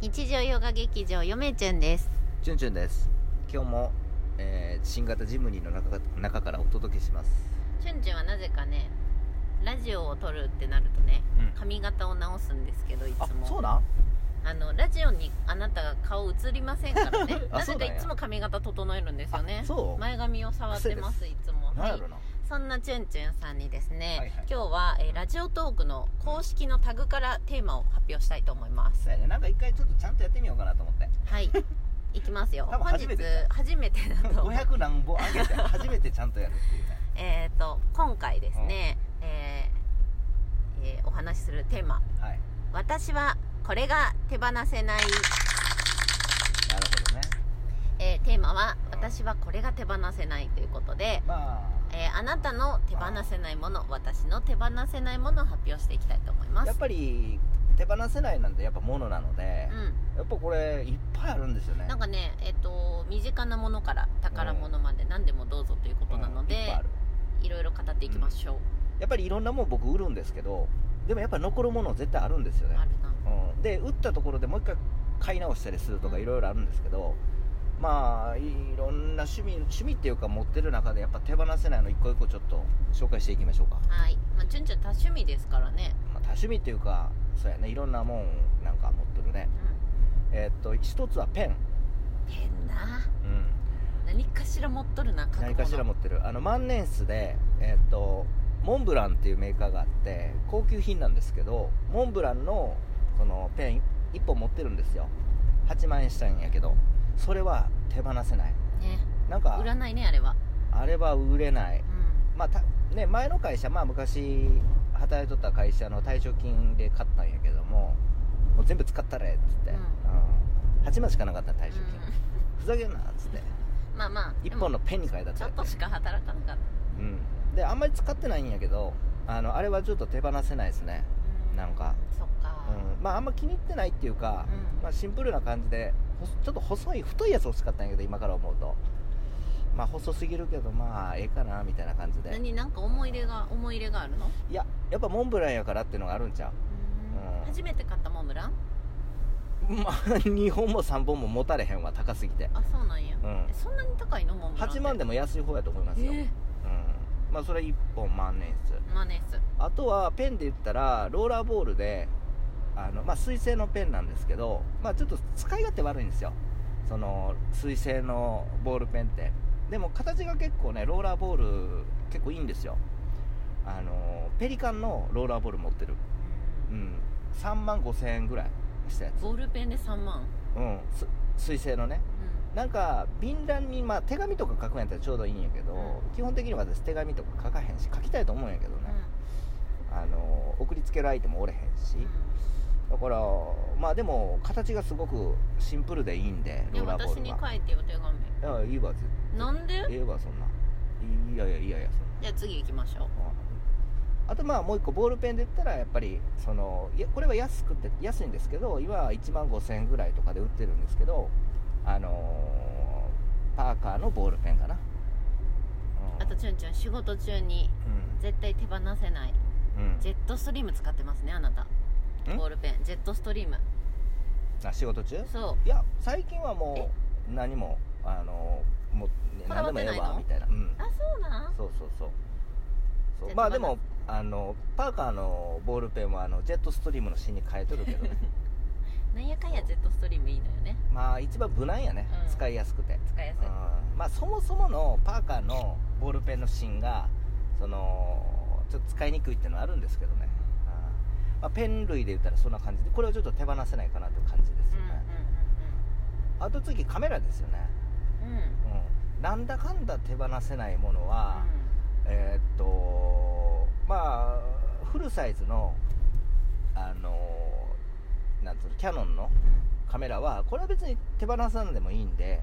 日常ヨガ劇場よめちゅんですチュンチュンです今日も、えー新型ジムニーの中か中からお届けしますちゅんちゅんはなぜかねラジオを撮るってなるとね、うん髪型を直すんですけどいつもなんあのラジオにあなたが顔映りませんからね あなぜそうかなんいやつも髪型整えるんですよねあそう前髪を触ってますいつもなんやはいろなそんなちゅんちゅんさんにですね、はいはい今日は、えーラジオトークの公式のタグからテーマを発表したいと思いますそうやねなんか一回ちょっとちゃんとやってみようかなと思って はいいきますよ多分本日初めてだよ初めてだと思う500何本上げて初めてちゃんとやるっていうねえー、と今回ですね、えーえーお話しするテーマはい「私はこれが手放せない」なるほどねえーテーマは「うん私はこれが手放せない」ということで、まえーあなたの手放せないもの私の手放せないものを発表していきたいと思いまあやっすぱり手放せないなんてやっぱものなので、うやっぱこれいっぱいあるんですよねん、なんかね、えっと身近なものから宝物まで何でもどうぞということなのうんいっぱいであ、るいろいろ語っていきましょう、やっぱりいろんなもん僕売るんですけどでもやっぱ残るもの絶対あるんですよねあるなうん、で打ったところでもう一回買い直したりするとかうんいろいろあるんですけど、まあいろんな趣味趣味っていうか持ってる中でやっぱ手放せないの一個一個ちょっと紹介していきましょうか、はいまあちゅんちゅん多趣味ですからね、まあ、多趣味っていうかそうやねいろんなもんなんか持ってるねうん、えーっと一つはペン、変なうん、何かしら持っとるな書くもの何かしら持ってるあの万年筆でえーっとモンブランっていうメーカーがあって高級品なんですけどモンブランのそのペン1本持ってるんですよ8万円したんやけどそれは手放せないねなんか売らないねあれはあれば売れなうい、んまあたね、前の会社、まあ、昔働いとった会社の退職金で買ったんやけどももう全部使ったれっつって、うんうん8万しかなかった退職金、ふざけんなっつってうんまあまあ1本でものペンに変えたちょやっとしか働かなかっうん、であんまり使ってないんやけどあのあれはちょっと手放せないですね、たなんかそっかうん、まああんま気に入ってないっていうか、うんまあ、シンプルな感じでほちょっと細い太いやつ欲しかったんやけど今から思うとまあ細すぎるけどまあええかなみたいな感じで何なんか思い出が思い入れがあるのいややっぱモンブランやからっていうのがあるんちゃううん初めて買ったモンブランまあ2 本も3本も持たれへんわ高すぎてあそうなんやうんえそんなに高いのモンブラン8万でもも安い方やと思いますよ、えうんまあそれ1本万年筆ーマネースあとはペンで言ったらローラーボールであの、まあ、水性のペンなんですけど、まあ、ちょっと使い勝手悪いんですよその水性のボールペンってでも形が結構ねローラーボール結構いいんですよあのペリカンのローラーボール持ってるうん3万5000円ぐらいしたやつボールペンで3万うんす水性のねうんなんか便欄に、まあ、手紙とか書くんやったらちょうどいいんやけど、う基本的には私手紙とか書かへんし書きたいと思うんやけどね、あの送りつける相手もおれへんし、うんだからまあでも形がすごくシンプルでいいんでいやローラーボー私ルにが書いてよ手紙いやいいわ絶なん対でええわそんないいやいやいやいやそんじゃあ次行きましょうなあとまあもう一個ボールペンで言ったらやっぱりそのいやこれは安くて安いんですけど今は1万5000円ぐらいとかで売ってるんですけどあのーパーカーのボールペンかな、うん、あとちゅんちゅん仕事中に絶対手放せないうん、うんジェットストリーム使ってますねあなたんボールペンジェットストリームあ仕事中そいや最近はもう何もあのもうこだわっ何でもてえないえのわみたいなうんうあそうなんそうそうそうそじゃうあまあ手で放すもあのパーカーのボールペンはあのジェットストリームの芯に変えとるけどねなんやかんやジェットストリームいいのよねまあ一番無難やね、うん使いやすくて、使いやすいうんまあそもそものパーカーのボールペンの芯がそのちょっと使いにくいっていうのはあるんですけどね、うんまあ、ペン類で言ったらそんな感じでこれをちょっと手放せないかなという感じですよね、あと次カメラですよね、うんうんうんうんうんうん、なんだかんだ手放せないものは、えーっとまあフルサイズのあのなんつうのキャノンのうんうんカメラはこれは別に手放さんでもいいんで、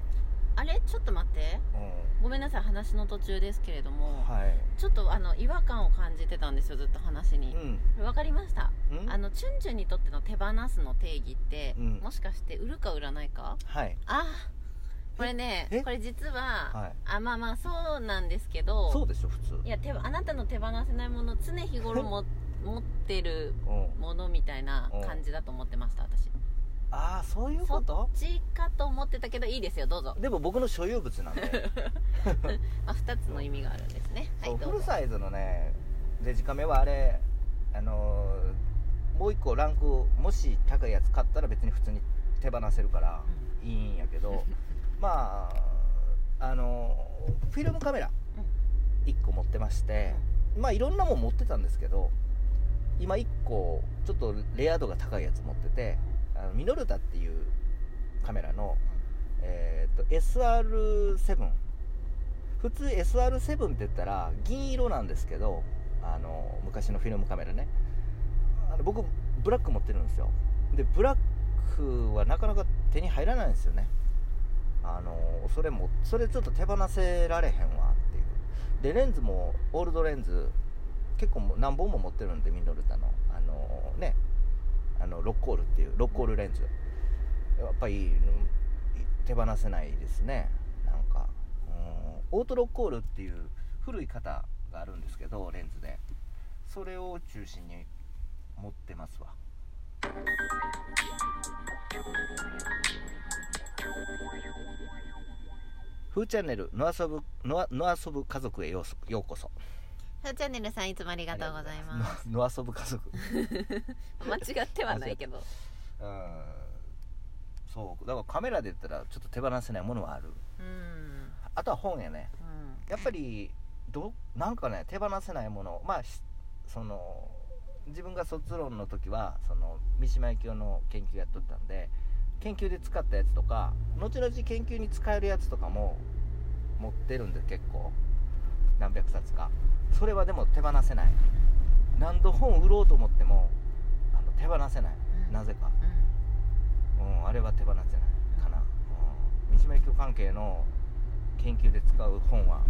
あれちょっと待ってうんごめんなさい話の途中ですけれどもはいちょっとあの違和感を感じてたんですよずっと話にうんわかりましたうんあのチュンチュンにとっての手放すの定義って、うんもしかして売るか売らないかはいあこれねえこれ実は、はいあまあまあそうなんですけどそうでしょ普通いや手あなたの手放せないもの常日頃も持ってるうんものみたいな感じだと思ってました私あああそういうことそっちかと思ってたけどいいですよどうぞ、でも僕の所有物なんで、まあ、2つの意味があるんですねはそういどフうルぞサイズのねデジカメはあれあのーもう一個ランクもし高いやつ買ったら別に普通に手放せるからいいんや けどまああのーフィルムカメラ1個持ってまして、まあいろんなもん持ってたんですけど今1個ちょっとレア度が高いやつ持っててあのミノルタっていうカメラの、えー、と SR7 普通 SR7 って言ったら銀色なんですけどあの昔のフィルムカメラねあの僕ブラック持ってるんですよでブラックはなかなか手に入らないんですよねあのそれもそれちょっと手放せられへんわっていうでレンズもオールドレンズ結構もう何本も持ってるんでミノルタのあのねあのロッコールっていうロッコールレンズやっぱりうん手放せないですねなんか、うん、オートロッコールっていう古い型があるんですけどレンズでそれを中心に持ってますわ「フーチャンネル野遊ぶ野野遊ぶ家族へようそようこそ」ふーチャンネルさんいつもありあがとうございます野遊ぶ家族す間違ってはないけ どうんそうだからカメラで言ったらちょっと手放せないものはあるうんあとは本やねうんやっぱりどなんかね手放せないものまあしその自分が卒論の時はその三島由紀夫の研究やっとったんで研究で使ったやつとか後々研究に使えるやつとかも持ってるんで結構何百冊かそれはでも手放せない何度本売ろうと思ってもあの手放せないうんなぜかうんうん、あれは手放せないかな、うん、三島由紀夫関係の研究で使う本は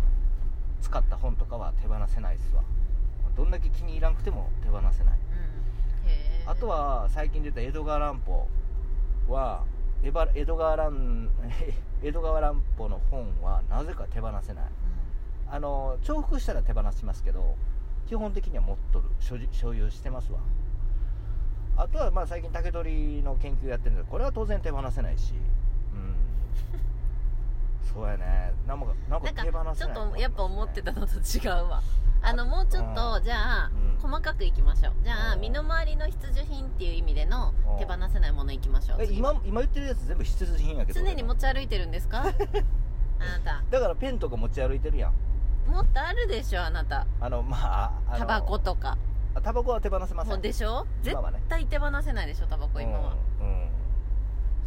使った本とかは手放せないっすわどんだけ気に入らんくても手放せないうんへーあとは最近出た江戸川乱歩はエバ江戸川乱 江戸川乱歩の本はなぜか手放せないうんあの重複したら手放しますけど基本的には持っとる所持所有してますわあとはまあ最近竹取の研究やってるんでこれは当然手放せないし うんそうやねなんかなんなかんか手放ちせょないっとやっぱ思ってたたのと違うわあのもうちょっとうんじゃあうん細かくいきましょうじゃあうん身の回りの必需品っていう意味でのうん手放せないものいきましょうえ次今今言ってるやつ全部必需品やけど常に持俺ち歩いてるん ですかあなただからペンとか持ち歩いてるやんもっとあるでしょあなたあのまああのタバコとかあタバコは手放せませもうんでしょ絶今はね対手放せないでしょタバコ今は、うん、うん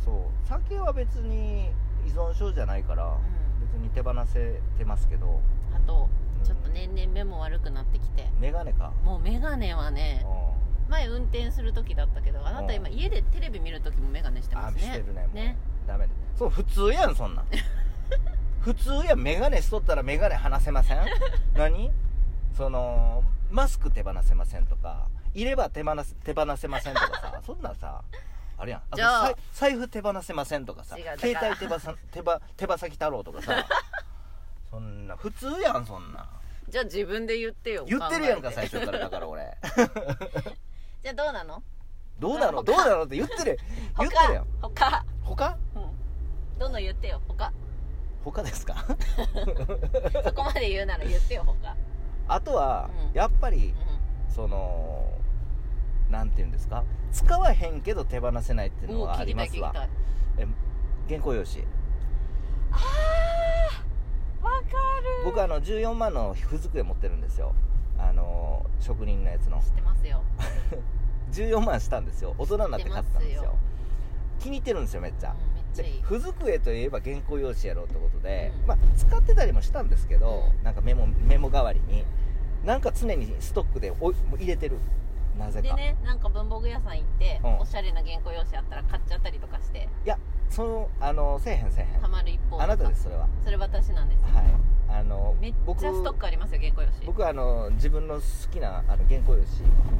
そう酒は別に依存症じゃないから、う別に手放せてますけどん、あとうんちょっと年々目も悪くなってきて眼鏡か、もう眼鏡はねう前運転する時だったけどあなた今うん家でテレビ見る時も眼鏡してん、あますしてねるねもうねダメだそう普通やんそん なん普通やん眼鏡しとったら眼鏡離せ ません何そのマスク手放せませんとか入れ歯手放せ手放せませんとか さそんなんさあれやんあとじゃあさい財布手放せませんとかさ違うだから携帯手ばさ手ば手羽先太郎と かさそんな普通やんそんなんじゃあ自分で言ってよ言ってるやんか考え最て初からだから俺じゃあどうなのどうなのどうなのって言ってる言ってるやん他他他、うん、どんどん言ってよ他他ですかそこまで言うなら言ってよ他、 あとは、うんやっぱりう、そのなんて言うんですか使わへんけど手放せないっていうんのもうはあ聞きりたまい聞すきわたいえ原稿用紙わかる僕あの14万の不机持ってるんですよあの職人のやつの知ってますよ14万したんですよ大人になって買ったんです知っよてま気に入ってるんですよめっちゃ、うんめっちゃでいい不机といえば原稿用紙やろうってことで、うんまあ、使ってたりもしたんですけど、うんなんかメモメモ代わりになんか常にストックでおいもう入れてるなぜでか、ねなんか文房具屋さん行って、うんおしゃれな原稿用紙あったら買っちゃったりとかしてそのあのせえへんせえへたんまる一方あなたですすそれはそれ私なんですはいあのめっ僕ちゃストックありますよ原稿用紙僕あの自分の好きなあの原稿用紙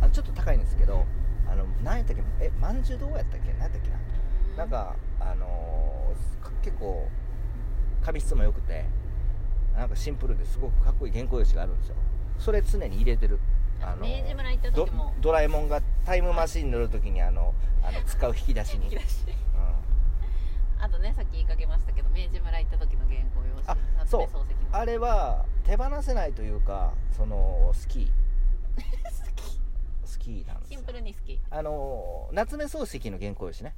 あちょっと高いんですけどあの何やったっけえまんじゅうどうやったっけ何やったっけなうなんかあのーか結構紙質も良くてなんかシンプルですごくかっこいい原稿用紙があるんですよそれ常に入れてるあの明治村行った ド時も ドラえもんがタイムマシンに乗る時にあのあの使う引き出しに引き出しうんとねさっき言いかけましたけど明治村行った時の原稿用紙あ夏目そう漱石のあれは手放せないというかそのスキ好きースキーなんですシよンプルに好きあの夏目漱石の原稿用紙ね、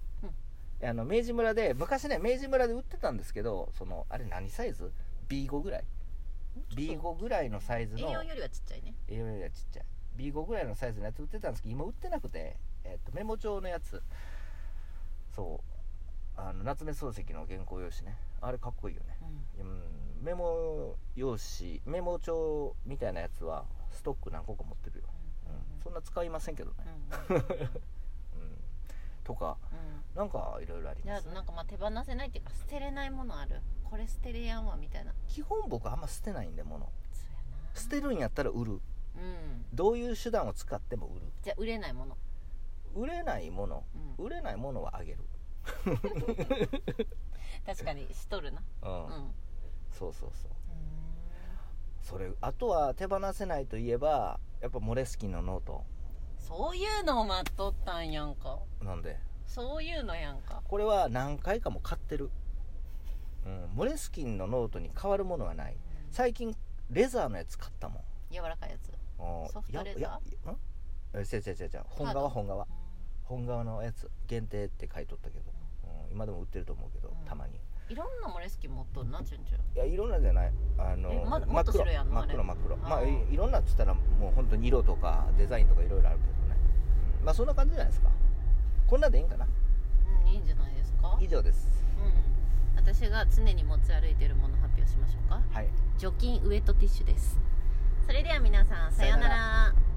あの明治村で昔ね明治村で売ってたんですけどそのあれ何サイズ ?B5 ぐらい B5 ぐらいのサイズの A4 よりはちっちゃいね A4 よりはちっちゃい B5 ぐらいのサイズのやつ売ってたんですけど今売ってなくて、えっとメモ帳のやつそうあの夏目漱石の原稿用紙ねあれかっこいいよねうんメモ用紙メモ帳みたいなやつはストック何個か持ってるよ、うん、そんな使いませんけどね、うんうんうん、とかなんかいろいろありじまゃす、あね、なんかまあ手放せないっていうか捨てれないものあるこれ捨てれやんわみたいな基本僕あんま捨てないんで物そうやな捨てるんやったら売るうんどういう手段を使っても売じゃあ売れないもの、る売れないものうん、売れないものはあげる確かにしとるなうん、うんそうそうそうそれあとは手放せないといえばやっぱモレスキンのノートそういうのを待っとったんやんかなんでそういうのやんかこれは何回かも買ってる、うん、モレスキンのノートに変わるものはない最近レザーのやつ買ったもん柔らかいやつうんソフトレザーややんえ違う違う違う違う本革本革本革のやつ限定って書いとったけど、うん、今でも売ってると思うけど、うんたまにいろんなモレスキン持っとるなチュンチュンいやいろんなじゃないあの、えまだ真っもっと黒種類あんの真っ黒真あっ黒あーまあいいろんなっつったらもう本当に色とかデザインとかいろいろあるけどね、うんまあそんな感じじゃないですかこんなんでいいんかなうんいいんじゃないですか以上ですうん私が常に持ち歩いてるもの発表しましょうかはい除菌ウエットティッシュですそれでは皆さんさようなさようら